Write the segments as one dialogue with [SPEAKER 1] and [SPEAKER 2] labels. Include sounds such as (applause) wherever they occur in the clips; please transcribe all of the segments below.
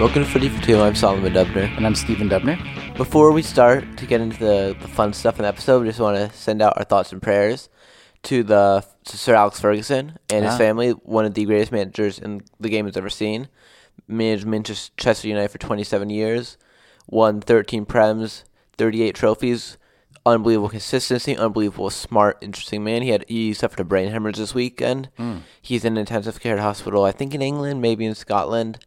[SPEAKER 1] Welcome to Footy for Two. I'm Solomon Dubner.
[SPEAKER 2] And I'm Stephen Dubner.
[SPEAKER 1] Before we start to get into the, the fun stuff in the episode, we just want to send out our thoughts and prayers to the to Sir Alex Ferguson and his
[SPEAKER 2] Ah.
[SPEAKER 1] family, one of the greatest managers in the game has ever seen. Managed Manchester United for 27 years, won 13 prems, 38 trophies. Unbelievable consistency, unbelievable smart, interesting man. He had he suffered a brain hemorrhage this weekend. He's in an intensive care hospital, I think in England, maybe in Scotland.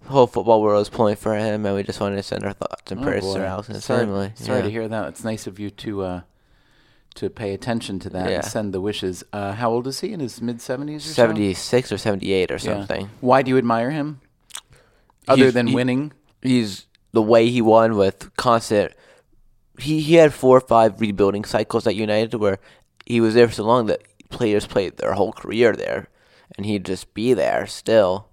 [SPEAKER 1] The whole football world is pulling for him, and we just wanted to send our thoughts and
[SPEAKER 2] Oh,
[SPEAKER 1] prayers
[SPEAKER 2] boy.
[SPEAKER 1] to Alex and his
[SPEAKER 2] sorry,
[SPEAKER 1] family.
[SPEAKER 2] Sorry
[SPEAKER 1] Yeah.
[SPEAKER 2] to hear that. It's nice of you to uh, to pay attention to that
[SPEAKER 1] Yeah.
[SPEAKER 2] and send the wishes. Uh, how old is he? In his mid seventies or
[SPEAKER 1] Seventy six or seventy eight or
[SPEAKER 2] so? Yeah.
[SPEAKER 1] something.
[SPEAKER 2] Why do you admire him? Other
[SPEAKER 1] He's-
[SPEAKER 2] than
[SPEAKER 1] he-
[SPEAKER 2] winning,
[SPEAKER 1] He's the way he won with constant. He he had four or five rebuilding cycles at United where he was there for so long that players played their whole career there, and he'd just be there still.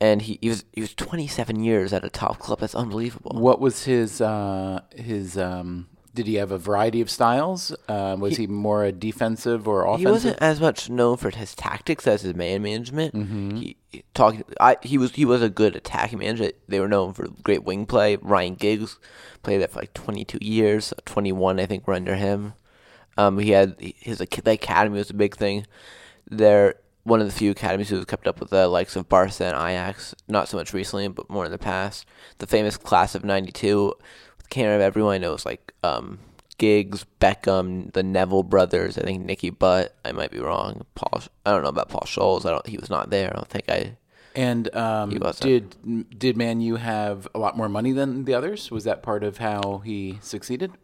[SPEAKER 1] And he, he was he was twenty seven years at a top club. That's unbelievable.
[SPEAKER 2] what was his uh, his? Um, did he have a variety of styles? Uh, was he, more a defensive or offensive?
[SPEAKER 1] He wasn't as much known for his tactics as his man management. He, he talked. I he was he was a good attacking manager. They were known for great wing play. Ryan Giggs played that for like 22 years, 21 I think were under him. Um, he had his ac- the academy was a big thing. They're one of the few academies who's kept up with the likes of Barca and Ajax. Not so much recently, but more in the past. The famous class of '92 can't remember everyone I know is like um, Giggs, Beckham, the Neville brothers. I think Nicky Butt. I might be wrong. Paul. Sch- I don't know about Paul Scholes. I don't. He was not there. I don't think I.
[SPEAKER 2] And um,
[SPEAKER 1] wasn't.
[SPEAKER 2] did did Man U have a lot more money than the others? Was that part of how he succeeded?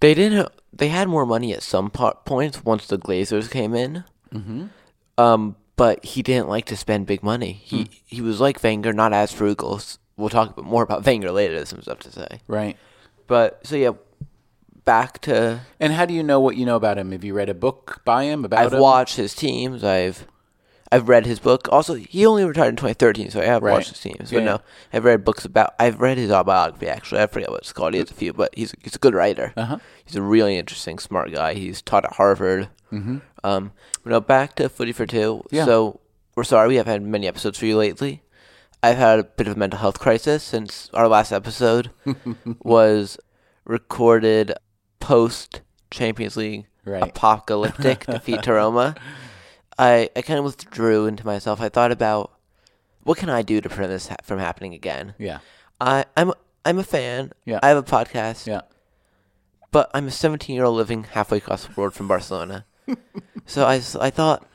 [SPEAKER 1] They didn't. They had more money at some po- points once the Glazers came in. Mm-hmm. Um, but he didn't like to spend big money. He he was like Wenger, not as frugal. S- We'll talk a bit more about Wenger later. There's some stuff to say.
[SPEAKER 2] Right.
[SPEAKER 1] But so yeah, back to
[SPEAKER 2] And how do you know what you know about him? Have you read a book by him about
[SPEAKER 1] I've
[SPEAKER 2] him?
[SPEAKER 1] watched his teams. I've I've read his book. Also, he only retired in 2013, so I have
[SPEAKER 2] Right.
[SPEAKER 1] watched his teams. But
[SPEAKER 2] Yeah.
[SPEAKER 1] no, I've read books about. I've read his autobiography. Actually, I forget what it's called. He has a few, but he's he's a good writer.
[SPEAKER 2] Uh-huh.
[SPEAKER 1] He's a really interesting, smart guy. He's taught at Harvard. Mm-hmm. Um, but now back to Footy for Two.
[SPEAKER 2] Yeah.
[SPEAKER 1] So we're sorry we haven't had many episodes for you lately. I've had a bit of a mental health crisis since our last
[SPEAKER 2] (laughs)
[SPEAKER 1] episode was recorded post Champions League
[SPEAKER 2] Right.
[SPEAKER 1] apocalyptic defeat to Roma. I, I kind of withdrew into myself. I thought about what can I do to prevent this ha- from happening again.
[SPEAKER 2] Yeah.
[SPEAKER 1] I I'm I'm a fan.
[SPEAKER 2] Yeah.
[SPEAKER 1] I have a podcast,
[SPEAKER 2] Yeah.
[SPEAKER 1] but I'm a 17 year old living halfway across the world from
[SPEAKER 2] (laughs)
[SPEAKER 1] Barcelona. so I s- I thought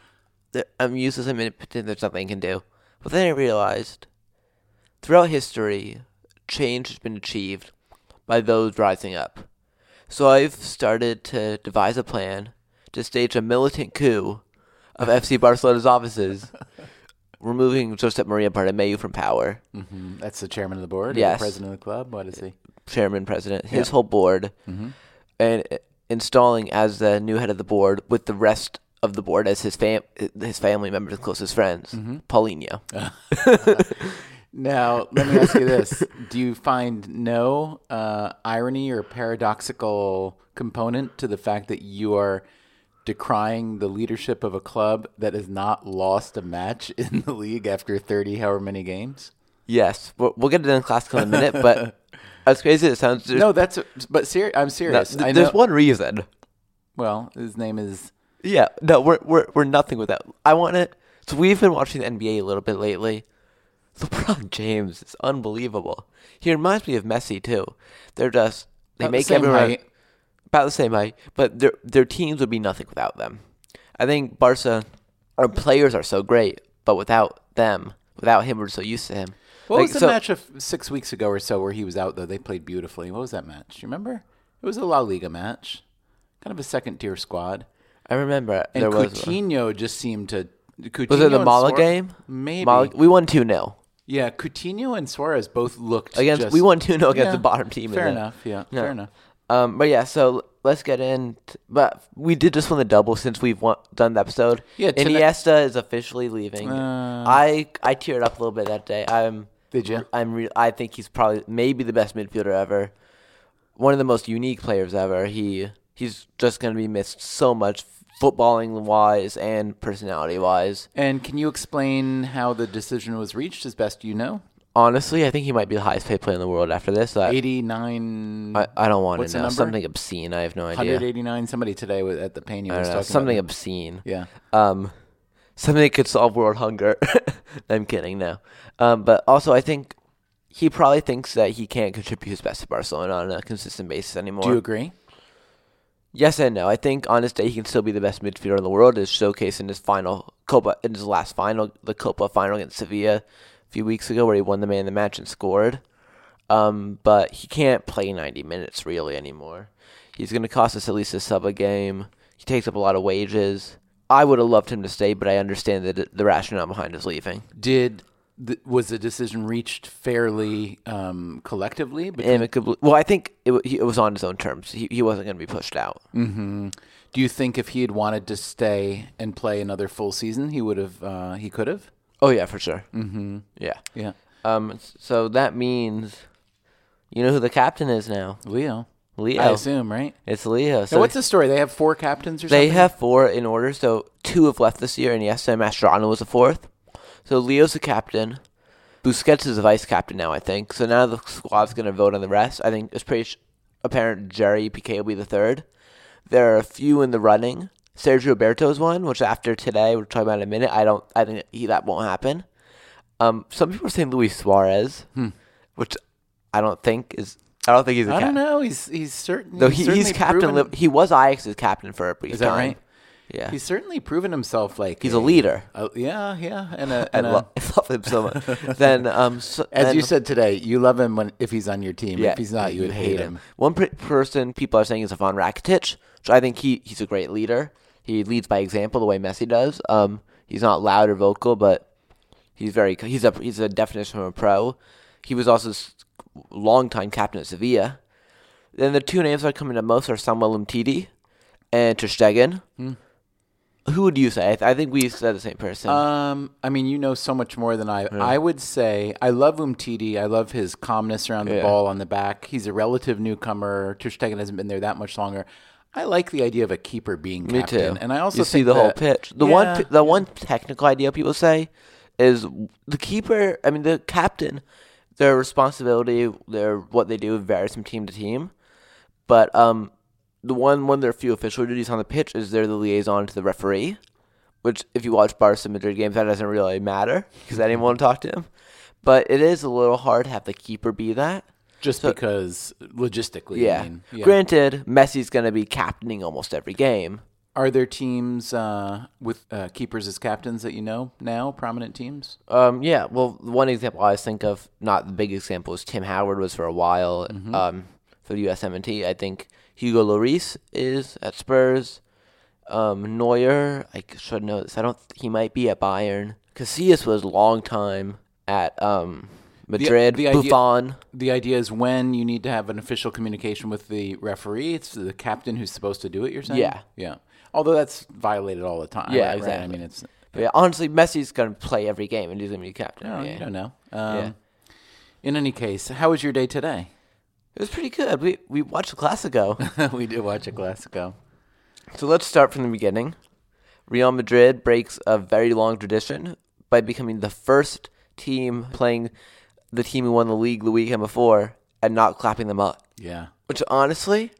[SPEAKER 1] that I'm useless. I'm impotent. There's nothing I can do. But then I realized throughout history, change has been achieved by those rising up. So I've started to devise a plan to stage a militant coup of FC Barcelona's
[SPEAKER 2] (laughs)
[SPEAKER 1] offices, removing Josep Maria Bartomeu from power.
[SPEAKER 2] hmm That's the chairman of the board. or
[SPEAKER 1] Yes.
[SPEAKER 2] The president of the club. What is he?
[SPEAKER 1] chairman, president, his whole board,
[SPEAKER 2] Mm-hmm.
[SPEAKER 1] and uh, installing as the new head of the board with the rest of the board as his fam his family members and closest friends,
[SPEAKER 2] Mm-hmm.
[SPEAKER 1] Paulinho.
[SPEAKER 2] Now, (laughs) let me ask you this: Do you find no uh, irony or paradoxical component to the fact that you are decrying the leadership of a club that has not lost a match (laughs) in the league after thirty, however many games?
[SPEAKER 1] Yes, we'll, we'll get it in classical in a minute,
[SPEAKER 2] (laughs)
[SPEAKER 1] but as crazy as it sounds, there's,
[SPEAKER 2] No, that's but ser- I'm serious. I
[SPEAKER 1] th-
[SPEAKER 2] know.
[SPEAKER 1] there's one reason.
[SPEAKER 2] well, his name is
[SPEAKER 1] Yeah, no, we're we're we're nothing without. I want to. So we've been watching the NBA a little bit lately. LeBron James is unbelievable. He reminds me of Messi too. They're just they
[SPEAKER 2] About the
[SPEAKER 1] make
[SPEAKER 2] same
[SPEAKER 1] everyone
[SPEAKER 2] height.
[SPEAKER 1] about the same height, but their their teams would be nothing without them. I think Barca, our players are so great, but without them, without him, we're so used to him.
[SPEAKER 2] What
[SPEAKER 1] Like,
[SPEAKER 2] was the
[SPEAKER 1] so-
[SPEAKER 2] match of six weeks ago or so where he was out though? They played beautifully. What was that match? Do you remember? It was a La Liga match, kind of a second tier squad.
[SPEAKER 1] I remember
[SPEAKER 2] And
[SPEAKER 1] there was one.
[SPEAKER 2] Coutinho just seemed to. Coutinho
[SPEAKER 1] was it the
[SPEAKER 2] and
[SPEAKER 1] Mala
[SPEAKER 2] Suar-
[SPEAKER 1] game?
[SPEAKER 2] Maybe.
[SPEAKER 1] Mala- we won two 0
[SPEAKER 2] Yeah, Coutinho and Suarez both looked
[SPEAKER 1] against.
[SPEAKER 2] Just,
[SPEAKER 1] we won two 0 against
[SPEAKER 2] Yeah,
[SPEAKER 1] the bottom team. in
[SPEAKER 2] Fair
[SPEAKER 1] the-
[SPEAKER 2] enough. Yeah,
[SPEAKER 1] Yeah.
[SPEAKER 2] fair enough.
[SPEAKER 1] Um, but yeah, so l- let's get in. t- but we did just win the double since we've won- done the episode.
[SPEAKER 2] Yeah, tonight-
[SPEAKER 1] Iniesta is officially leaving.
[SPEAKER 2] Uh.
[SPEAKER 1] I I teared up a little bit that day. I'm
[SPEAKER 2] Did ya?
[SPEAKER 1] I'm re- I think he's probably maybe the best midfielder ever. One of the most unique players ever. He He's just going to be missed so much, footballing wise and personality wise.
[SPEAKER 2] And can you explain how the decision was reached as best you know?
[SPEAKER 1] Honestly, I think he might be the highest paid player in the world after this. I,
[SPEAKER 2] 89,
[SPEAKER 1] I, I don't want
[SPEAKER 2] What's
[SPEAKER 1] to know.
[SPEAKER 2] the number?
[SPEAKER 1] Something obscene. I have no idea.
[SPEAKER 2] 189. Somebody today was at the pain you
[SPEAKER 1] I
[SPEAKER 2] was
[SPEAKER 1] don't know,
[SPEAKER 2] talking
[SPEAKER 1] something
[SPEAKER 2] about.
[SPEAKER 1] obscene.
[SPEAKER 2] Yeah.
[SPEAKER 1] um, something that could solve world hunger. (laughs) I'm kidding, no. Um, but also, I think he probably thinks that he can't contribute his best to Barcelona on a consistent basis anymore.
[SPEAKER 2] Do you agree?
[SPEAKER 1] yes and no. I think on his day, he can still be the best midfielder in the world. As showcased in his final Copa, in his last final, the Copa final against Sevilla a few weeks ago, where he won the man of the match and scored. Um, but he can't play 90 minutes really anymore. He's going to cost us at least a sub a game. He takes up a lot of wages. I would have loved him to stay, but I understand the, the rationale behind his leaving.
[SPEAKER 2] Did th- was the decision reached fairly um, collectively? But
[SPEAKER 1] Amicably. Well, I think it, wa- he, it was on his own terms. He, he wasn't going to be pushed out.
[SPEAKER 2] do you think if he had wanted to stay and play another full season, he would have? Uh, he could have.
[SPEAKER 1] Oh, yeah, for sure. Mm-hmm. Yeah.
[SPEAKER 2] Yeah,
[SPEAKER 1] Um. s- So that means you know who the captain is now.
[SPEAKER 2] Leo.
[SPEAKER 1] Leo.
[SPEAKER 2] I assume, right?
[SPEAKER 1] It's Leo. So
[SPEAKER 2] Now, what's the story? They have four captains or
[SPEAKER 1] they
[SPEAKER 2] something.
[SPEAKER 1] have four in order. So two have left this year, and yesterday Mascherano was the fourth. So Leo's the captain. Busquets is the vice captain now, I think. So now the squad's going to vote on the rest. I think it's pretty sh- apparent Jerry Piquet will be the third. There are a few in the running. Sergio Roberto's one, which after today we're talking about in a minute. I don't. I think he, that won't happen. Um, some people are saying Luis Suarez, which I don't think is. Hmm. I don't think he's. A
[SPEAKER 2] I
[SPEAKER 1] captain.
[SPEAKER 2] don't know. He's he's certain.
[SPEAKER 1] Though he, he's
[SPEAKER 2] certainly
[SPEAKER 1] captain.
[SPEAKER 2] proven-
[SPEAKER 1] Liv- he was Ajax's captain for a brief
[SPEAKER 2] Is that
[SPEAKER 1] time.
[SPEAKER 2] right?
[SPEAKER 1] Yeah.
[SPEAKER 2] He's certainly proven himself like
[SPEAKER 1] He's a leader.
[SPEAKER 2] a- yeah, yeah, and a,
[SPEAKER 1] I,
[SPEAKER 2] and a-
[SPEAKER 1] lo- (laughs) I love him so much. then, um, so,
[SPEAKER 2] as
[SPEAKER 1] then-
[SPEAKER 2] you said today, you love him when if he's on your team.
[SPEAKER 1] yeah,
[SPEAKER 2] if he's not, you would hate him.
[SPEAKER 1] One pr- person people are saying is Ivan Rakitic, which I think he he's a great leader. He leads by example the way Messi does. Um, he's not loud or vocal, but he's very he's a he's a definition of a pro. He was also s- longtime captain at Sevilla. Then the two names that are coming to most are Samuel Umtiti and Ter Stegen.
[SPEAKER 2] Hmm.
[SPEAKER 1] Who would you say? I, th- I think we said the same person.
[SPEAKER 2] Um, I mean, you know so much more than I. I would say I love Umtiti. I love his calmness around the
[SPEAKER 1] Yeah.
[SPEAKER 2] ball on the back. He's a relative newcomer. Ter Stegen hasn't been there that much longer. I like the idea of a keeper being
[SPEAKER 1] Me
[SPEAKER 2] captain,
[SPEAKER 1] too.
[SPEAKER 2] and I also
[SPEAKER 1] you
[SPEAKER 2] think
[SPEAKER 1] see the
[SPEAKER 2] that,
[SPEAKER 1] whole pitch. The
[SPEAKER 2] Yeah.
[SPEAKER 1] one, the one technical idea people say is the keeper. I mean, the captain, their responsibility, their what they do varies from team to team. But um, the one one of their few official duties on the pitch is they're the liaison to the referee. Which, if you watch Barca Madrid games, that doesn't really matter (laughs) because anyone will talk to him. But it is a little hard to have the keeper be that.
[SPEAKER 2] just because logistically. I
[SPEAKER 1] Yeah.
[SPEAKER 2] mean, yeah.
[SPEAKER 1] Granted, Messi's going to be captaining almost every game.
[SPEAKER 2] Are there teams uh, with uh, keepers as captains that you know now? Prominent teams.
[SPEAKER 1] Um, yeah. Well, the one example I always think of, not the big example, is Tim Howard was for a while
[SPEAKER 2] Mm-hmm.
[SPEAKER 1] um, for the USMNT. I think Hugo Lloris is at Spurs. Um, Neuer, I c- should know this. I don't. He might be at Bayern. Casillas was a long time at um, Madrid.
[SPEAKER 2] the idea-
[SPEAKER 1] Buffon.
[SPEAKER 2] The idea is when you need to have an official communication with the referee. It's the captain who's supposed to do it. You're saying,
[SPEAKER 1] Yeah.
[SPEAKER 2] yeah. Although that's violated all the time.
[SPEAKER 1] Yeah,
[SPEAKER 2] right? I
[SPEAKER 1] exactly.
[SPEAKER 2] mean, it's
[SPEAKER 1] But yeah, honestly, Messi's gonna play every game, and he's gonna be captain.
[SPEAKER 2] no,
[SPEAKER 1] every
[SPEAKER 2] you
[SPEAKER 1] game.
[SPEAKER 2] don't know. Um, In any case, how was your day today? (laughs)
[SPEAKER 1] It was pretty good. We we watched the Clasico.
[SPEAKER 2] we did watch a Classico.
[SPEAKER 1] So let's start from the beginning. Real Madrid breaks a very long tradition by becoming the first team playing the team who won the league the weekend before and not clapping them up.
[SPEAKER 2] Yeah.
[SPEAKER 1] Which honestly,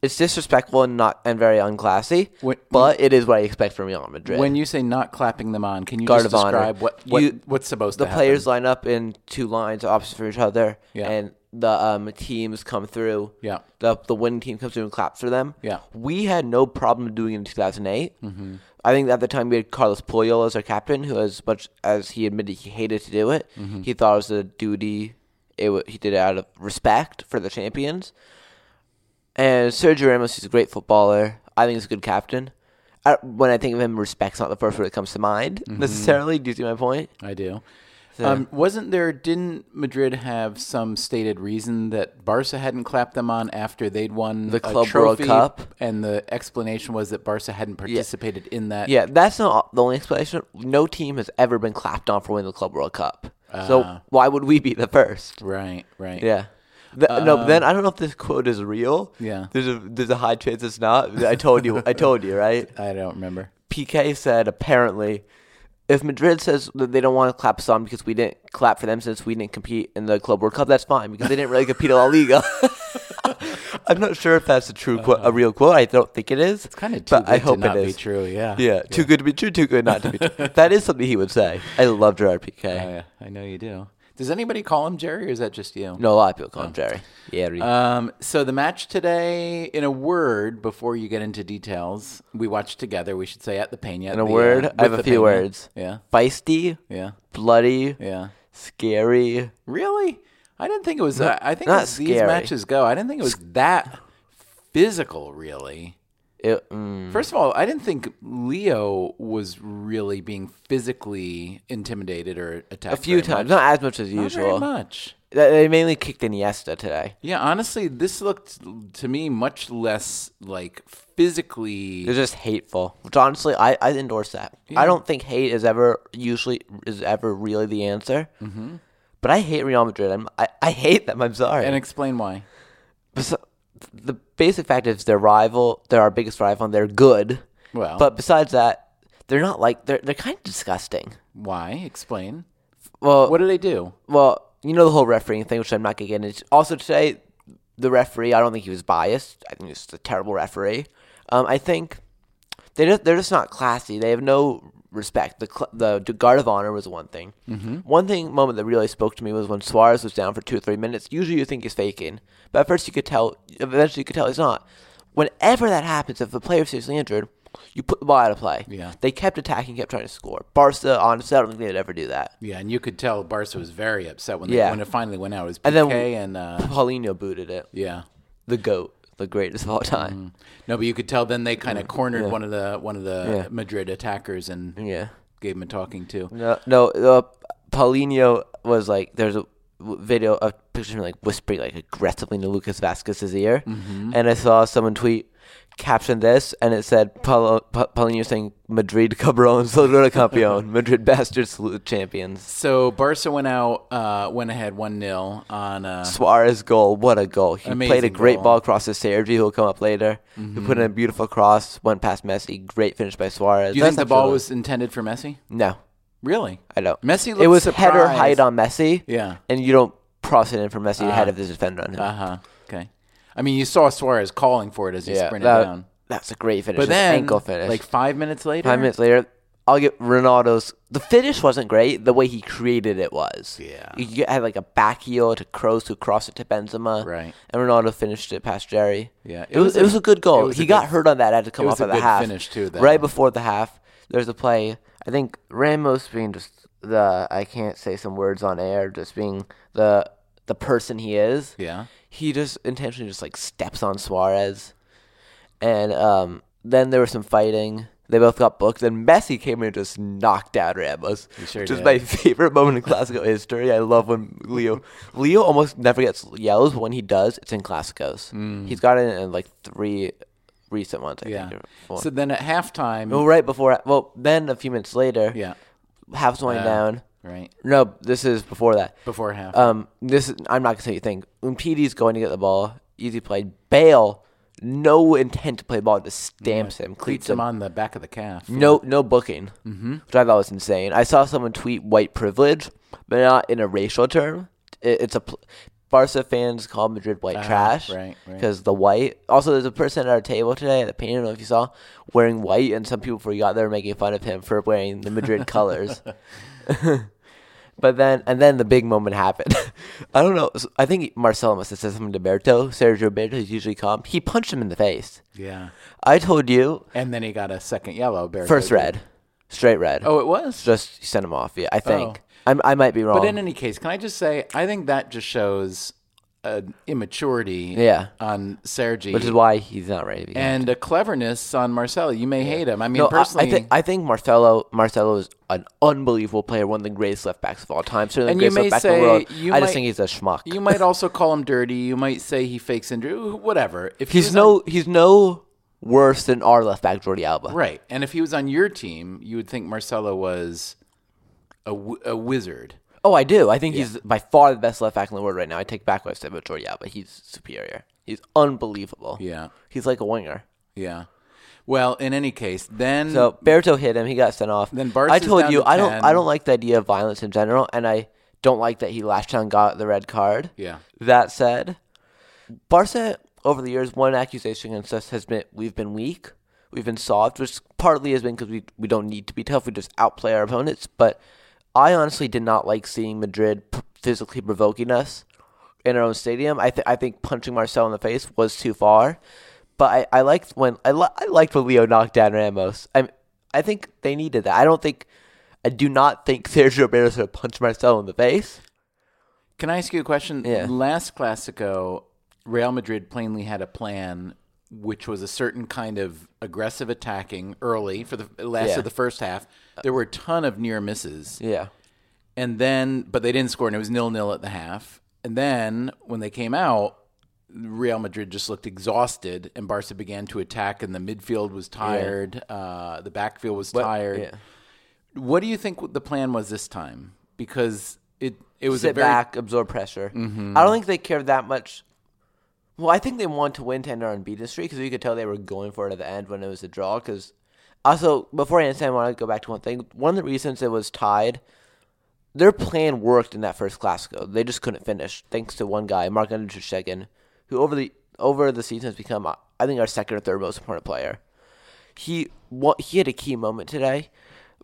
[SPEAKER 1] it's disrespectful and not and very unclassy.
[SPEAKER 2] When-
[SPEAKER 1] but it is what I expect from Real Madrid.
[SPEAKER 2] When you say not clapping them on, can you
[SPEAKER 1] Guard
[SPEAKER 2] just
[SPEAKER 1] of honor.
[SPEAKER 2] describe what, what
[SPEAKER 1] You-
[SPEAKER 2] what's supposed
[SPEAKER 1] the
[SPEAKER 2] to
[SPEAKER 1] players line up in two lines opposite from each other,
[SPEAKER 2] Yeah.
[SPEAKER 1] and the um, teams come through.
[SPEAKER 2] Yeah.
[SPEAKER 1] the the winning team comes through and claps for them.
[SPEAKER 2] Yeah.
[SPEAKER 1] we had no problem doing it in 2008. Mm-hmm. I think at the time we had Carlos Puyol as our captain, who as much as he admitted he hated to do it, he thought it was a duty. It wa he did it out of respect for the champions. And Sergio Ramos, he's a great footballer. I think he's a good captain. I, when I think of him, respect's not the first word that comes to mind necessarily. Do you see my point?
[SPEAKER 2] happen? I do. Um, wasn't there? Didn't Madrid have some stated reason that Barca hadn't clapped them on after they'd won the
[SPEAKER 1] Club World Cup?
[SPEAKER 2] and the explanation was that Barca hadn't participated in that?
[SPEAKER 1] Yeah, that's not the only explanation. No team has ever been
[SPEAKER 2] Ah.
[SPEAKER 1] clapped on for winning the Club World Cup. so why would we be the first?
[SPEAKER 2] Right. Right.
[SPEAKER 1] Yeah. Th- no, but then I don't know if this quote is real.
[SPEAKER 2] Uh, Yeah.
[SPEAKER 1] There's a there's a high chance it's not. I told you. I told you,
[SPEAKER 2] (laughs)
[SPEAKER 1] right?
[SPEAKER 2] I don't remember.
[SPEAKER 1] PK said apparently, if Madrid says that they don't want to clap us on because we didn't clap for them since we didn't compete in the Club World Cup, that's fine because they didn't really compete in La
[SPEAKER 2] (laughs)
[SPEAKER 1] Liga. I'm not sure if that's a true quote, a real quote. I don't think it is.
[SPEAKER 2] Uh-huh. It's kind of too
[SPEAKER 1] but
[SPEAKER 2] good
[SPEAKER 1] I hope
[SPEAKER 2] to not
[SPEAKER 1] it
[SPEAKER 2] be
[SPEAKER 1] is.
[SPEAKER 2] true. Yeah.
[SPEAKER 1] Yeah, too good to be true, too good not to be true. that is something he would say. I love Gerard Piqué.
[SPEAKER 2] I, I know you do. Does anybody call him Jerry, or is that just you?
[SPEAKER 1] No, a lot of people call him Uh, Jerry. Yeah, re-
[SPEAKER 2] Um, so the match today, in a word, before you get into details, we watched together. We should say at the uh, Pena.
[SPEAKER 1] In a word, I have a few words.
[SPEAKER 2] Yeah,
[SPEAKER 1] Feisty,
[SPEAKER 2] yeah,
[SPEAKER 1] bloody,
[SPEAKER 2] yeah.
[SPEAKER 1] scary.
[SPEAKER 2] Really? I didn't think it was. uh, I I think
[SPEAKER 1] not
[SPEAKER 2] as these
[SPEAKER 1] scary.
[SPEAKER 2] matches go, I didn't think
[SPEAKER 1] (laughs)
[SPEAKER 2] it was that physical. Really.
[SPEAKER 1] It, mm,
[SPEAKER 2] First of all, I didn't think Leo was really being physically intimidated or attacked.
[SPEAKER 1] a few
[SPEAKER 2] very
[SPEAKER 1] times,
[SPEAKER 2] much.
[SPEAKER 1] not as much as
[SPEAKER 2] Not very
[SPEAKER 1] usual.
[SPEAKER 2] much.
[SPEAKER 1] They they mainly kicked Iniesta today.
[SPEAKER 2] Yeah, honestly, this looked to me much less like physically.
[SPEAKER 1] They're just hateful. Which honestly, I, I endorse that. I don't think hate is ever usually is ever really the answer. Mm-hmm. But I hate Real Madrid. I'm, I I hate them. I'm sorry.
[SPEAKER 2] And explain why.
[SPEAKER 1] Bes- the basic fact is they're rival. They're our biggest rival. and They're good.
[SPEAKER 2] Well-
[SPEAKER 1] but besides that, they're not like they're they're kind of disgusting.
[SPEAKER 2] Why? Explain.
[SPEAKER 1] Well,
[SPEAKER 2] What do they do?
[SPEAKER 1] well, you know the whole refereeing thing, which I'm not gonna get into. Also today, the referee. I don't think he was biased. I think he was just a terrible referee. Um, I think they just, they're just not classy. They have no respect. The cl- the guard of honor was one thing. Mm-hmm. One thing moment that really spoke to me was when Suarez was down for two or three minutes. Usually you think he's faking, but at first you could tell. Eventually you could tell he's not. Whenever that happens, if a player is seriously injured, you put the ball out of play.
[SPEAKER 2] Yeah.
[SPEAKER 1] They kept attacking, kept trying to score. Barca, honestly, I don't think they'd ever do that.
[SPEAKER 2] Yeah, and you could tell Barca was very upset when they,
[SPEAKER 1] Yeah.
[SPEAKER 2] when it finally went out. It was PK
[SPEAKER 1] And then-
[SPEAKER 2] and, uh,
[SPEAKER 1] Paulinho booted it.
[SPEAKER 2] yeah.
[SPEAKER 1] the goat, the greatest of all time.
[SPEAKER 2] No, but you could tell then they kind of cornered one of the one of the
[SPEAKER 1] Yeah.
[SPEAKER 2] Madrid attackers and
[SPEAKER 1] Yeah.
[SPEAKER 2] gave him a talking to.
[SPEAKER 1] No, no. Uh, Paulinho was like there's a w- video a picture of him like whispering like aggressively into Lucas Vasquez's ear,
[SPEAKER 2] Mm-hmm.
[SPEAKER 1] and I saw someone tweet caption this and it said Paulo, Pa- Paulinho saying Madrid (laughs) cabrones, saludo
[SPEAKER 2] (laughs)
[SPEAKER 1] campeón, Madrid bastards salute champions.
[SPEAKER 2] So Barca went out, uh, went ahead one 0 on. Uh,
[SPEAKER 1] Suarez goal, what a goal! He played a
[SPEAKER 2] Amazing
[SPEAKER 1] great
[SPEAKER 2] goal. Mm-hmm.
[SPEAKER 1] ball across to Sergi, who will come up later. He put in a beautiful cross, went past Messi. Great finish by Suarez.
[SPEAKER 2] do you
[SPEAKER 1] That's
[SPEAKER 2] think the ball
[SPEAKER 1] absolutely-
[SPEAKER 2] was intended for Messi?
[SPEAKER 1] no?
[SPEAKER 2] Really?
[SPEAKER 1] I don't.
[SPEAKER 2] Messi looked
[SPEAKER 1] It was
[SPEAKER 2] surprised.
[SPEAKER 1] header height on Messi.
[SPEAKER 2] Yeah.
[SPEAKER 1] And you don't cross it in for Messi ahead of the defender on him.
[SPEAKER 2] Uh huh. Okay. I mean, you saw Suarez calling for it as he sprinted
[SPEAKER 1] that-
[SPEAKER 2] down.
[SPEAKER 1] That's a great finish.
[SPEAKER 2] But
[SPEAKER 1] It's an
[SPEAKER 2] then,
[SPEAKER 1] ankle finish.
[SPEAKER 2] like five minutes later,
[SPEAKER 1] five minutes later, I'll get Ronaldo's. The finish wasn't great. The way he created it was.
[SPEAKER 2] Yeah.
[SPEAKER 1] You get- had like a back heel to Kroos who crossed it to Benzema.
[SPEAKER 2] Right.
[SPEAKER 1] And Ronaldo finished it past Jerry.
[SPEAKER 2] Yeah,
[SPEAKER 1] It, was, it was a good
[SPEAKER 2] it
[SPEAKER 1] goal.
[SPEAKER 2] was
[SPEAKER 1] He
[SPEAKER 2] a
[SPEAKER 1] got
[SPEAKER 2] good-
[SPEAKER 1] hurt on that. Had to come
[SPEAKER 2] it was
[SPEAKER 1] off
[SPEAKER 2] a
[SPEAKER 1] at the
[SPEAKER 2] good
[SPEAKER 1] half.
[SPEAKER 2] finish, too, though.
[SPEAKER 1] Right before the half, there's a play. I think Ramos being just the I can't say some words on air. Just being the the person he is.
[SPEAKER 2] Yeah.
[SPEAKER 1] He just intentionally just like steps on Suarez, and um, then there was some fighting. They both got booked. Then Messi came in and just knocked out Ramos,
[SPEAKER 2] sure
[SPEAKER 1] which is
[SPEAKER 2] did.
[SPEAKER 1] my (laughs) favorite moment in classical history. I love when Leo Leo almost never gets yells, but when he does, it's in classicos. He's gotten it in like three recent ones. I
[SPEAKER 2] Mm. yeah.
[SPEAKER 1] think. or four.
[SPEAKER 2] So then at halftime,
[SPEAKER 1] Well, right before, well, then a few minutes later,
[SPEAKER 2] yeah,
[SPEAKER 1] half's going
[SPEAKER 2] Yeah.
[SPEAKER 1] down.
[SPEAKER 2] right
[SPEAKER 1] No, this is before that.
[SPEAKER 2] before half,
[SPEAKER 1] Um, this is, I'm not gonna say you think. Umtiti's going to get the ball. Easy play. Bale, no intent to play ball, just stamps him,
[SPEAKER 2] cleats
[SPEAKER 1] cleats
[SPEAKER 2] him
[SPEAKER 1] him.
[SPEAKER 2] on the back of the calf.
[SPEAKER 1] No, no booking,
[SPEAKER 2] Mm-hmm.
[SPEAKER 1] which I thought was insane. I saw someone tweet white privilege, but not in a racial term. It, it's a pl- Barca fans call Madrid white trash
[SPEAKER 2] Ah, right, right.
[SPEAKER 1] because the white. Also, there's a person at our table today at the pain. I don't know if you saw wearing white, and some people forgot they were making fun of him for wearing the
[SPEAKER 2] (laughs)
[SPEAKER 1] Madrid colors. (laughs) But then, and then the big moment happened. (laughs) I don't know. I think Marcelo must have said something to Berto. Sergio Berto, who's usually calm, he punched him in the face.
[SPEAKER 2] Yeah.
[SPEAKER 1] I told you,
[SPEAKER 2] And then he got a second yellow. Bear
[SPEAKER 1] first red, straight red.
[SPEAKER 2] Oh, it was.
[SPEAKER 1] just sent him off. Yeah, I think. I'm, I might be wrong.
[SPEAKER 2] Oh. but in any case, can I just say I think that just shows an immaturity.
[SPEAKER 1] Yeah.
[SPEAKER 2] On Sergi.
[SPEAKER 1] which is why he's not ready. To be
[SPEAKER 2] and a cleverness on Marcelo. You may hate him. I mean,
[SPEAKER 1] no, I,
[SPEAKER 2] personally,
[SPEAKER 1] I think I think Marcelo Marcelo is an unbelievable player, one of the greatest left backs of all time. Certainly
[SPEAKER 2] And
[SPEAKER 1] the
[SPEAKER 2] you
[SPEAKER 1] greatest
[SPEAKER 2] may
[SPEAKER 1] left back in
[SPEAKER 2] say-
[SPEAKER 1] the world. I
[SPEAKER 2] you might-
[SPEAKER 1] just think he's a schmuck.
[SPEAKER 2] you might also call him dirty. You might say he fakes injury. Whatever. If he
[SPEAKER 1] he's
[SPEAKER 2] was
[SPEAKER 1] no he's no worse than our left back Jordi Alba.
[SPEAKER 2] Right. And if he was on your team, you would think Marcelo was a, w- a wizard.
[SPEAKER 1] Oh, I do. I think he's by far the best left back in the world right now. I take back what I said about Jordi Alba. He's superior. He's unbelievable.
[SPEAKER 2] Yeah.
[SPEAKER 1] He's like a winger.
[SPEAKER 2] Yeah. Well, in any case, then
[SPEAKER 1] So Berto hit him. He got sent off.
[SPEAKER 2] Then Barnes
[SPEAKER 1] I
[SPEAKER 2] is
[SPEAKER 1] told
[SPEAKER 2] down
[SPEAKER 1] you
[SPEAKER 2] to
[SPEAKER 1] I don't
[SPEAKER 2] 10.
[SPEAKER 1] I don't like the idea of violence in general, and I don't like that he lashed out and got the red card.
[SPEAKER 2] yeah.
[SPEAKER 1] That said, Barca over the years, one accusation against us has been we've been weak, we've been soft, which partly has been because we we don't need to be tough, we just outplay our opponents. But I honestly did not like seeing Madrid p- physically provoking us in our own stadium. I th- I think punching Marcel in the face was too far, but I, I liked when I li- I liked when Leo knocked down Ramos. I I think they needed that. I don't think. I do not think Sergio Roberto should have punched Marcel in the face.
[SPEAKER 2] Can I ask you a question?
[SPEAKER 1] Yeah.
[SPEAKER 2] Last Classico, Real Madrid plainly had a plan, which was a certain kind of aggressive attacking early for the last
[SPEAKER 1] Yeah.
[SPEAKER 2] of the first half. There were a ton of near misses,
[SPEAKER 1] Yeah.
[SPEAKER 2] and then but they didn't score, and it was nil nil at the half. And then when they came out, Real Madrid just looked exhausted, and Barca began to attack, and the midfield was tired, uh, the backfield was tired.
[SPEAKER 1] yeah.
[SPEAKER 2] What do you think the plan was this time? Because it it was a
[SPEAKER 1] sit
[SPEAKER 2] very Mm-hmm.
[SPEAKER 1] back, absorb pressure. I don't think they cared that much. Well, I think they wanted to win to end our unbeaten streak because you could tell they were going for it at the end when it was a draw. Because also, before I answer, I want to go back to one thing. One of the reasons it was tied, their plan worked in that first Classico. They just couldn't finish thanks to one guy, Mark Andrzejczyk, who over the over the season has become, I think, our second or third most important player he what he had a key moment today.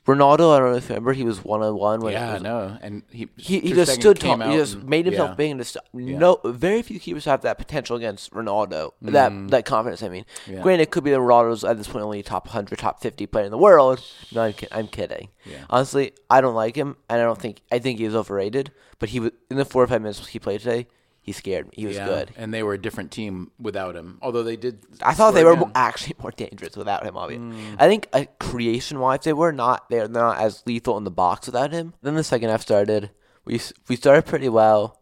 [SPEAKER 1] Ronaldo, I don't know if you remember, he was one on one when it
[SPEAKER 2] Yeah, I
[SPEAKER 1] was-
[SPEAKER 2] know. And he
[SPEAKER 1] he, he
[SPEAKER 2] Ter
[SPEAKER 1] just
[SPEAKER 2] Stegen
[SPEAKER 1] stood
[SPEAKER 2] came
[SPEAKER 1] tall. He
[SPEAKER 2] out
[SPEAKER 1] just
[SPEAKER 2] and-
[SPEAKER 1] made himself
[SPEAKER 2] yeah.
[SPEAKER 1] big and just no. Very few keepers have that potential against Ronaldo.
[SPEAKER 2] Mm.
[SPEAKER 1] That that confidence. I mean, granted, it could be that Ronaldo's at this point only top hundred, top fifty player in the world. No, I'm, kid- I'm kidding. Honestly, I don't like him, and I don't think I think he's overrated. But he was in the four or five minutes he played today. He scared me. He was
[SPEAKER 2] Yeah,
[SPEAKER 1] good.
[SPEAKER 2] And they were a different team without him. Although they did.
[SPEAKER 1] I thought
[SPEAKER 2] score
[SPEAKER 1] they were
[SPEAKER 2] again.
[SPEAKER 1] mo- actually (laughs) more dangerous without him. Obviously, I think uh, creation wise, they were not. They're not as lethal in the box without him. Then the second half started. We s- we started pretty well.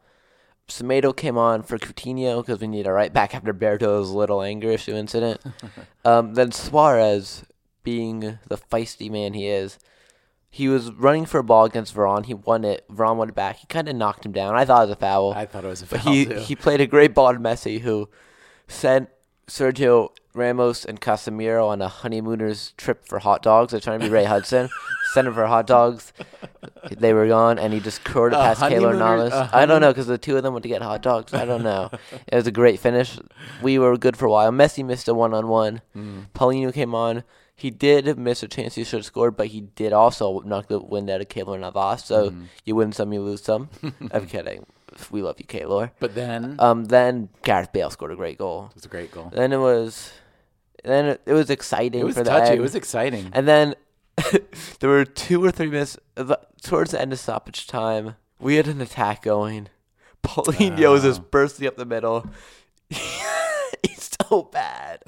[SPEAKER 1] Semedo came on for Coutinho because we need a right back after Berto's little anger issue incident. um, then Suarez, being the feisty man he is, he was running for a ball against Veron. He won it. Veron won it back. He kind of knocked him down. I thought it was a foul.
[SPEAKER 2] I thought it was a
[SPEAKER 1] But
[SPEAKER 2] foul.
[SPEAKER 1] he,
[SPEAKER 2] too.
[SPEAKER 1] he played a great ball to Messi, who sent Sergio Ramos and Casemiro on a honeymooner's trip for hot dogs. They're trying to be Ray
[SPEAKER 2] (laughs)
[SPEAKER 1] Hudson. Sent him for hot dogs. They were gone, and he just curled it
[SPEAKER 2] A
[SPEAKER 1] past Keylor
[SPEAKER 2] honeymooner-
[SPEAKER 1] Navas.
[SPEAKER 2] a
[SPEAKER 1] I don't know, because the two of them went to get hot dogs. I don't know. it was a great finish. We were good for a while. Messi missed a one on one.
[SPEAKER 2] Mm.
[SPEAKER 1] Paulinho came on. He did miss a chance he should have scored, but he did also knock the wind out of Keylor Navas. So
[SPEAKER 2] Mm-hmm.
[SPEAKER 1] you win some, you lose
[SPEAKER 2] (laughs)
[SPEAKER 1] some. I'm kidding. We love you, Keylor.
[SPEAKER 2] but then it
[SPEAKER 1] Um, then Gareth Bale scored a great goal.
[SPEAKER 2] was a great goal.
[SPEAKER 1] Then it was, then it, it was exciting
[SPEAKER 2] It was
[SPEAKER 1] for the
[SPEAKER 2] touchy.
[SPEAKER 1] end.
[SPEAKER 2] It was exciting.
[SPEAKER 1] and then (laughs) there were two or three minutes of the- towards the end of stoppage time. We had an attack going. (laughs) Paulinho was
[SPEAKER 2] Oh.
[SPEAKER 1] just bursting up the middle. (laughs) He's so
[SPEAKER 2] (laughs)
[SPEAKER 1] bad.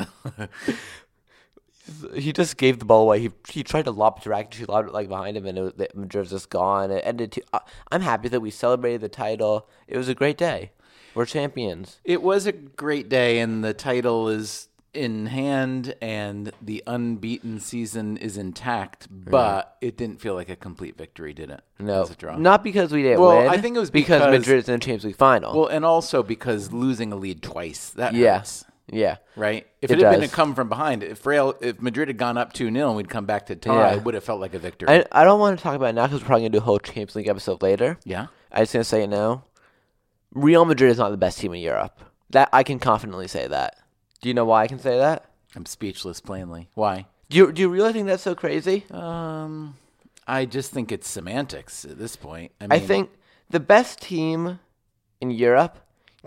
[SPEAKER 1] he just gave the ball away. He he tried to lob it to Rakitic. He lobbed it like behind him, and it was, the Madrid was just gone. It ended. Two, uh, I'm happy that we celebrated the title. It was a great day. We're champions.
[SPEAKER 2] It was a great day, and the title is in hand, and the unbeaten season is intact. But it didn't feel like a complete victory, did it? It
[SPEAKER 1] No,
[SPEAKER 2] was a draw.
[SPEAKER 1] not because we didn't
[SPEAKER 2] Well,
[SPEAKER 1] win.
[SPEAKER 2] I think it was
[SPEAKER 1] because,
[SPEAKER 2] because-
[SPEAKER 1] Madrid is in the Champions League final.
[SPEAKER 2] Well, and also because losing a lead twice that
[SPEAKER 1] yes,
[SPEAKER 2] hurts.
[SPEAKER 1] yeah,
[SPEAKER 2] Right. If
[SPEAKER 1] It
[SPEAKER 2] it, had been
[SPEAKER 1] does.
[SPEAKER 2] to come from behind, if Real, if Madrid had gone up two 0 and we'd come back to tie,
[SPEAKER 1] Yeah.
[SPEAKER 2] it would have felt like a victory.
[SPEAKER 1] I I don't want to talk about it now because we're probably gonna do a whole Champions League episode later.
[SPEAKER 2] yeah.
[SPEAKER 1] I just gonna say it now. Real Madrid is not the best team in Europe. That I can confidently say that. Do you know why I can say that?
[SPEAKER 2] I'm speechless. Plainly, why?
[SPEAKER 1] Do you, do you really think that's so crazy?
[SPEAKER 2] Um, I just think it's semantics at this point. I, mean,
[SPEAKER 1] I think the best team in Europe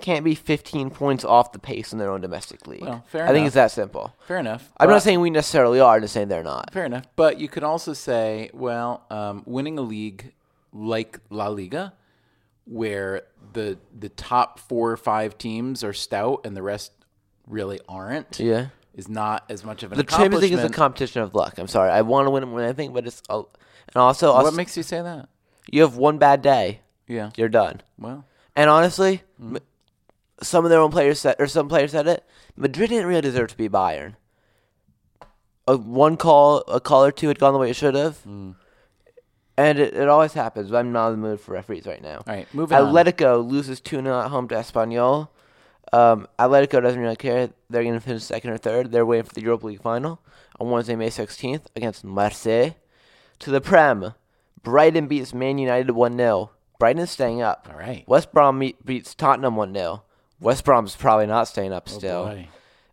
[SPEAKER 1] can't be 15 points off the pace in their own domestic league.
[SPEAKER 2] Well, fair
[SPEAKER 1] I think
[SPEAKER 2] enough.
[SPEAKER 1] it's that simple.
[SPEAKER 2] fair enough.
[SPEAKER 1] I'm
[SPEAKER 2] but-
[SPEAKER 1] not saying we necessarily are, I'm just saying they're not.
[SPEAKER 2] fair enough, but you could also say, well, um, winning a league like La Liga, where the the top four or five teams are stout and the rest really aren't,
[SPEAKER 1] Yeah.
[SPEAKER 2] is not as much of an
[SPEAKER 1] The Champions League is a
[SPEAKER 2] accomplishment.
[SPEAKER 1] competition of luck. I'm sorry. I want to win more than anything, but it's. A, and also, also
[SPEAKER 2] What makes you say that?
[SPEAKER 1] you have one bad day,
[SPEAKER 2] Yeah.
[SPEAKER 1] you're done.
[SPEAKER 2] Well,
[SPEAKER 1] And honestly,
[SPEAKER 2] Hmm.
[SPEAKER 1] m some of their own players said, or some players said it. Madrid didn't really deserve to be Bayern.
[SPEAKER 2] Hmm.
[SPEAKER 1] A one call, a call or two had gone the way it should have. And it, it always happens, but I'm not in the mood for referees right now.
[SPEAKER 2] All right, moving on.
[SPEAKER 1] Atletico loses 2 0 at home to Espanyol. Um, Atletico doesn't really care. They're going to finish second or third. They're waiting for the Europa League final on Wednesday, May 16th against Marseille. To the Prem, Brighton beats Man United 1 0. Brighton's staying up.
[SPEAKER 2] All right.
[SPEAKER 1] West Brom meet, beats Tottenham 1 0. West Brom's probably not staying up still.
[SPEAKER 2] Oh, Boy.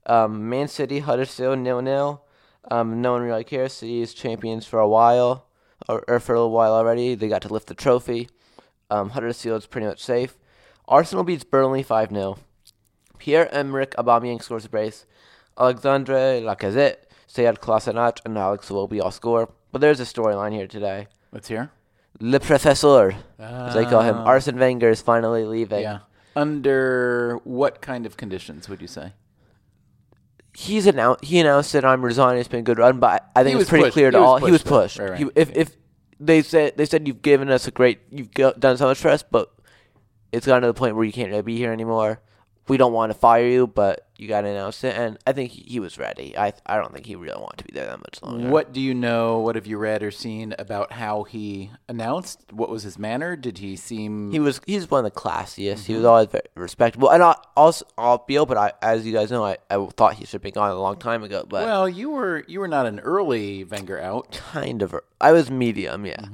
[SPEAKER 1] Um, Man City, Huddersfield, nil nil. Um, no one really cares. City is champions for a while, or, or for a little while already. They got to lift the trophy. Um, Huddersfield's pretty much safe. Arsenal beats Burnley 5 0. Pierre Emerick Aubameyang scores a brace. Alexandre Lacazette, Sead Kolasinac, and Alex Iwobi all score. But there's a storyline here today.
[SPEAKER 2] Let's hear.
[SPEAKER 1] Le Professeur, as they call him.
[SPEAKER 2] Ah.
[SPEAKER 1] Arsene Wenger is finally leaving.
[SPEAKER 2] Yeah. Under what kind of conditions would you say?
[SPEAKER 1] he's announced he announced that I'm resigning. It's been a good run, but I I
[SPEAKER 2] He
[SPEAKER 1] think
[SPEAKER 2] was
[SPEAKER 1] it's pretty
[SPEAKER 2] pushed.
[SPEAKER 1] clear to
[SPEAKER 2] He was
[SPEAKER 1] all. he was
[SPEAKER 2] pushed, though.
[SPEAKER 1] pushed.
[SPEAKER 2] Right, right.
[SPEAKER 1] He- if
[SPEAKER 2] Yeah.
[SPEAKER 1] if they said they said you've given us a great, you've go, done so much for us, but it's gotten to the point where you can't really be here anymore. We don't want to fire you, but you got to announce it. And I think he, he was ready. I I don't think he really wanted to be there that much longer.
[SPEAKER 2] What do you know? What have you read or seen about how he announced? What was his manner? Did he seem
[SPEAKER 1] He was he's one of the classiest. He
[SPEAKER 2] Mm-hmm.
[SPEAKER 1] was always very respectable, and I also I'll be open. I as you guys know, I, I thought he should have been gone a long time ago, but
[SPEAKER 2] well? You were you were not an early Wenger out.
[SPEAKER 1] kind of. I was medium, yeah.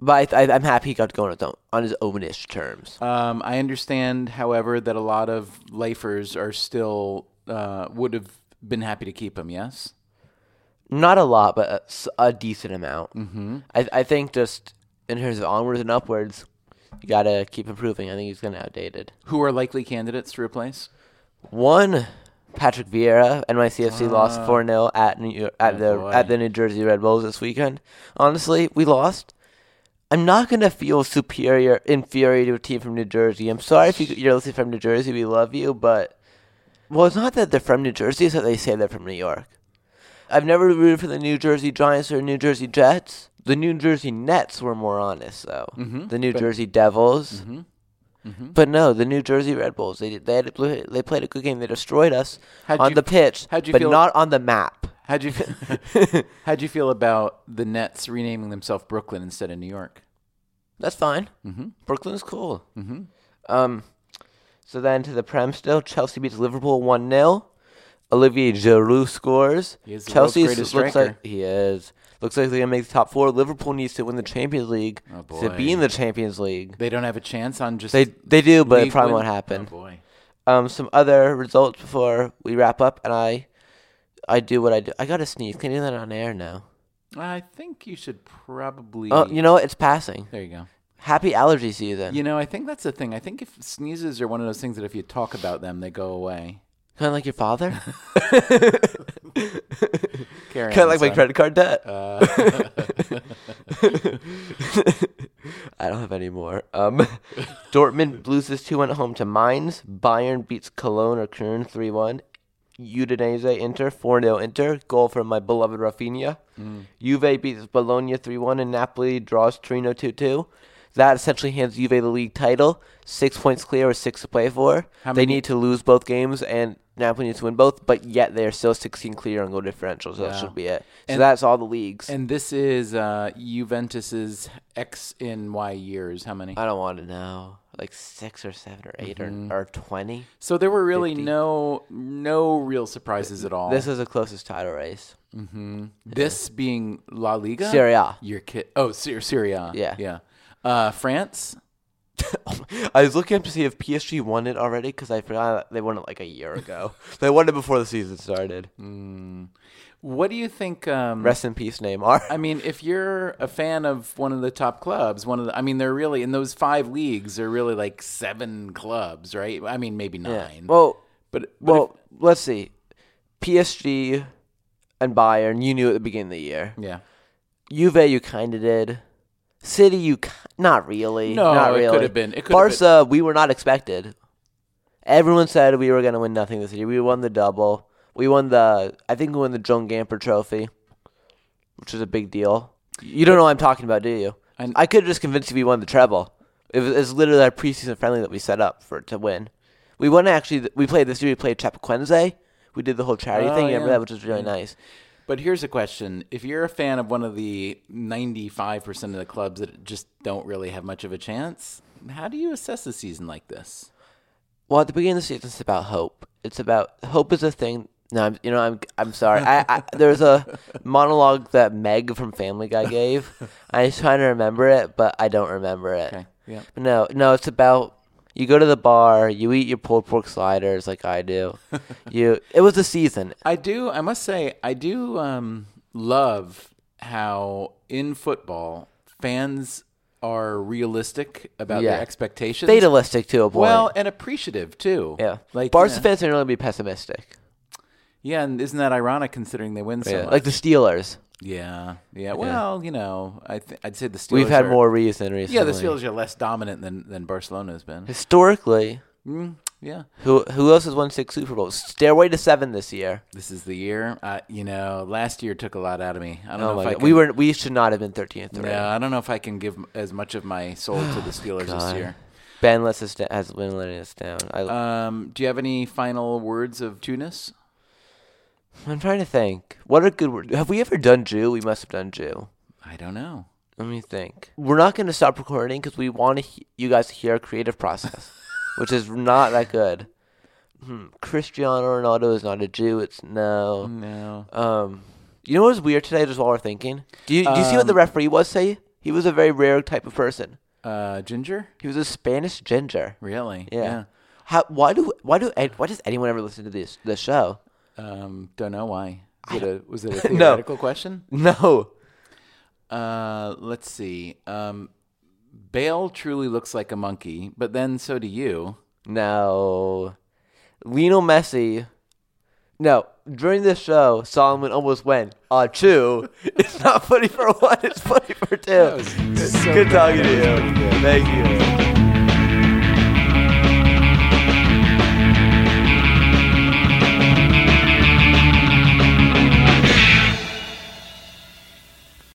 [SPEAKER 1] But I, I, I'm happy he got to go on his own on his own-ish terms.
[SPEAKER 2] Um, I understand, however, that a lot of lifers are still uh, would have been happy to keep him. Yes.
[SPEAKER 1] Not a lot, but a, s- a decent amount. Mm-hmm. I, I think just in terms of onwards and upwards, you gotta keep improving. I think he's gonna outdated.
[SPEAKER 2] Who are likely candidates to replace?
[SPEAKER 1] One, Patrick Vieira, NYCFC lost four 0 at New York, at the
[SPEAKER 2] boy.
[SPEAKER 1] at the New Jersey Red Bulls this weekend. Honestly, we lost. I'm not gonna feel superior, inferior to a team from New Jersey. I'm sorry if you, you're listening from New Jersey. We love you, but well, it's not that they're from New Jersey. It's that they say they're from New York. I've never rooted for the New Jersey Giants or New Jersey Jets. The New Jersey Nets were more honest, though.
[SPEAKER 2] Mm-hmm.
[SPEAKER 1] The New Jersey Devils. But no, the New Jersey Red Bulls. They they had a blue, they played a good game. They destroyed us
[SPEAKER 2] How'd
[SPEAKER 1] on
[SPEAKER 2] you-
[SPEAKER 1] the pitch,
[SPEAKER 2] how'd you
[SPEAKER 1] but
[SPEAKER 2] feel-
[SPEAKER 1] not on the map.
[SPEAKER 2] (laughs)
[SPEAKER 1] (laughs)
[SPEAKER 2] How'd you how'd you feel about the Nets renaming themselves Brooklyn instead of New York?
[SPEAKER 1] That's fine. Mm-hmm. Brooklyn's cool. Mm-hmm. Um, so then to the Prem still. Chelsea beats Liverpool 1 0. Olivier Giroud scores.
[SPEAKER 2] He is the world's
[SPEAKER 1] Chelsea s-
[SPEAKER 2] greatest
[SPEAKER 1] looks
[SPEAKER 2] striker.
[SPEAKER 1] like he is. Looks like they're gonna make the top four. Liverpool needs to win the Champions League
[SPEAKER 2] Oh,
[SPEAKER 1] to
[SPEAKER 2] boy.
[SPEAKER 1] be in the Champions League.
[SPEAKER 2] They don't have a chance on just
[SPEAKER 1] They they do, but it
[SPEAKER 2] league
[SPEAKER 1] probably
[SPEAKER 2] win?
[SPEAKER 1] won't happen.
[SPEAKER 2] Oh boy.
[SPEAKER 1] um, some other results before we wrap up, and I, I do what I do. I got to sneeze. Can I do that on air now?
[SPEAKER 2] I think you should probably.
[SPEAKER 1] Oh, you know what? It's passing.
[SPEAKER 2] there you go.
[SPEAKER 1] Happy allergy season.
[SPEAKER 2] You know, I think that's the thing. I think if sneezes are one of those things that if you talk about them, they go away.
[SPEAKER 1] Kind of like your
[SPEAKER 2] (laughs)
[SPEAKER 1] father. (laughs)
[SPEAKER 2] Carry
[SPEAKER 1] kind
[SPEAKER 2] on,
[SPEAKER 1] of like my
[SPEAKER 2] son.
[SPEAKER 1] credit card debt. (laughs)
[SPEAKER 2] Uh,
[SPEAKER 1] (laughs) I don't have any more. Um, (laughs) Dortmund loses two one at home to Mainz. Bayern beats Cologne or Kern three one. Udinese Inter four 0 Inter goal from my beloved Rafinha.
[SPEAKER 2] Mm.
[SPEAKER 1] Juve beats Bologna three one and Napoli draws Torino two two. That essentially hands Juve the league title. Six points clear with six to play for.
[SPEAKER 2] How
[SPEAKER 1] they
[SPEAKER 2] many-
[SPEAKER 1] need to lose both games and Napoli needs to win both, but yet they are still 16 clear on goal differential, so
[SPEAKER 2] Wow.
[SPEAKER 1] that should be it. So
[SPEAKER 2] And-
[SPEAKER 1] that's all the leagues.
[SPEAKER 2] and this is uh, Juventus's X in Y years. How many?
[SPEAKER 1] I don't want to know. Like six or seven or 8 or, or 20.
[SPEAKER 2] So there were really
[SPEAKER 1] 50.
[SPEAKER 2] no no real surprises at all.
[SPEAKER 1] This is the closest title race.
[SPEAKER 2] This being La Liga,
[SPEAKER 1] Serie A.
[SPEAKER 2] Your kid. Oh, Syria. Syria.
[SPEAKER 1] Yeah.
[SPEAKER 2] Yeah. Uh, France.
[SPEAKER 1] I was looking up to see if PSG won it already because I forgot they won it like a year ago. (laughs) Mm-hmm. they won it before the season started.
[SPEAKER 2] What do you think? Um,
[SPEAKER 1] Rest in peace, Neymar.
[SPEAKER 2] I mean, if you're a fan of one of the top clubs, one of the, I mean, they're really in those five leagues. They're really like seven clubs, right? I mean,
[SPEAKER 1] (laughs)
[SPEAKER 2] maybe
[SPEAKER 1] Yeah.
[SPEAKER 2] nine.
[SPEAKER 1] Well,
[SPEAKER 2] but, but
[SPEAKER 1] well, let's see. PSG and Bayern, you knew at the beginning of the year.
[SPEAKER 2] if- yeah,
[SPEAKER 1] Juve, you kind of did. City, you ki- not really.
[SPEAKER 2] No,
[SPEAKER 1] not
[SPEAKER 2] it
[SPEAKER 1] really.
[SPEAKER 2] could have been- it could have
[SPEAKER 1] Barca, we were not expected. Everyone said we were going to win nothing this year. We won the double. We won the. I think we won the Joan Gamper Trophy, which was a big deal. You don't know what I'm talking about, do you?
[SPEAKER 2] And-
[SPEAKER 1] I could have just convinced you we won the treble. It was, it's literally our preseason friendly that we set up for to win. We won actually. We played this year. We played Chapequense. We did the whole charity
[SPEAKER 2] Oh,
[SPEAKER 1] thing. Remember
[SPEAKER 2] yeah.
[SPEAKER 1] that, which was really nice.
[SPEAKER 2] But here's a question: If you're a fan of one of the 95% of the clubs that just don't really have much of a chance, how do you assess a season like this?
[SPEAKER 1] Well, at the beginning of the season, it's about hope. It's about hope is a thing. No, I'm, you know, I'm I'm sorry. I,
[SPEAKER 2] (laughs)
[SPEAKER 1] I there's a monologue that Meg from Family Guy
[SPEAKER 2] (laughs)
[SPEAKER 1] gave. I was trying to remember it, but I don't remember it.
[SPEAKER 2] Okay. Yeah.
[SPEAKER 1] But no, no, it's about you go to the bar, you eat your pulled pork sliders like I do.
[SPEAKER 2] (laughs)
[SPEAKER 1] you it was a season.
[SPEAKER 2] I do. I must say, I do um, love how in football fans are realistic about
[SPEAKER 1] Yeah.
[SPEAKER 2] their expectations.
[SPEAKER 1] Fatalistic to a point.
[SPEAKER 2] well, and appreciative too.
[SPEAKER 1] yeah.
[SPEAKER 2] like
[SPEAKER 1] Like Barca
[SPEAKER 2] yeah.
[SPEAKER 1] fans are normally be pessimistic.
[SPEAKER 2] yeah, and isn't that ironic considering they win so
[SPEAKER 1] Yeah.
[SPEAKER 2] much?
[SPEAKER 1] Like the Steelers.
[SPEAKER 2] yeah, yeah. Well, you know, I th- I'd say the Steelers.
[SPEAKER 1] We've had
[SPEAKER 2] are-
[SPEAKER 1] more reason recently.
[SPEAKER 2] Yeah, the Steelers are less dominant than than Barcelona has been.
[SPEAKER 1] Historically,
[SPEAKER 2] Mm, yeah.
[SPEAKER 1] who who else has won six Super Bowls? Stairway to seven this year.
[SPEAKER 2] This is the year. I, you know, last year took a lot out of me. I don't
[SPEAKER 1] Oh
[SPEAKER 2] know
[SPEAKER 1] my
[SPEAKER 2] if I
[SPEAKER 1] God.
[SPEAKER 2] can,
[SPEAKER 1] we were we should not have been thirteen and three.
[SPEAKER 2] No, I don't know if I can give as much of my soul to
[SPEAKER 1] (sighs)
[SPEAKER 2] the Steelers this
[SPEAKER 1] God.
[SPEAKER 2] year.
[SPEAKER 1] Ben lets us down, has been letting us down. I,
[SPEAKER 2] Um, do you have any final words of Tunis?
[SPEAKER 1] I'm trying to think. What a good word. Have we ever done Jew? We must have done Jew.
[SPEAKER 2] I don't know.
[SPEAKER 1] Let me think. We're not going to stop recording because we want to he- you guys to hear our creative
[SPEAKER 2] (laughs)
[SPEAKER 1] process, which is not that good. Hmm. Cristiano Ronaldo is not a Jew. It's no.
[SPEAKER 2] No.
[SPEAKER 1] Um, you know what was weird today? Just while we're thinking, do you do you see what the
[SPEAKER 2] Um,
[SPEAKER 1] referee was? Say he was a very rare type of person.
[SPEAKER 2] Uh, ginger?
[SPEAKER 1] He was a Spanish ginger.
[SPEAKER 2] Really?
[SPEAKER 1] Yeah. How? Why do? Why do? Why does anyone ever listen to this this show?
[SPEAKER 2] Yeah. Um, don't know why. Was it a, was it a (laughs) theoretical question?
[SPEAKER 1] (laughs) No.
[SPEAKER 2] Uh, let's see. Um, Bale truly looks like a monkey, but then so do you.
[SPEAKER 1] No. Lionel Messi. No. During this show, Solomon almost went, uh, (laughs) two. It's not funny for one, it's funny for two.
[SPEAKER 2] was so
[SPEAKER 1] Good talking to you. Thank you.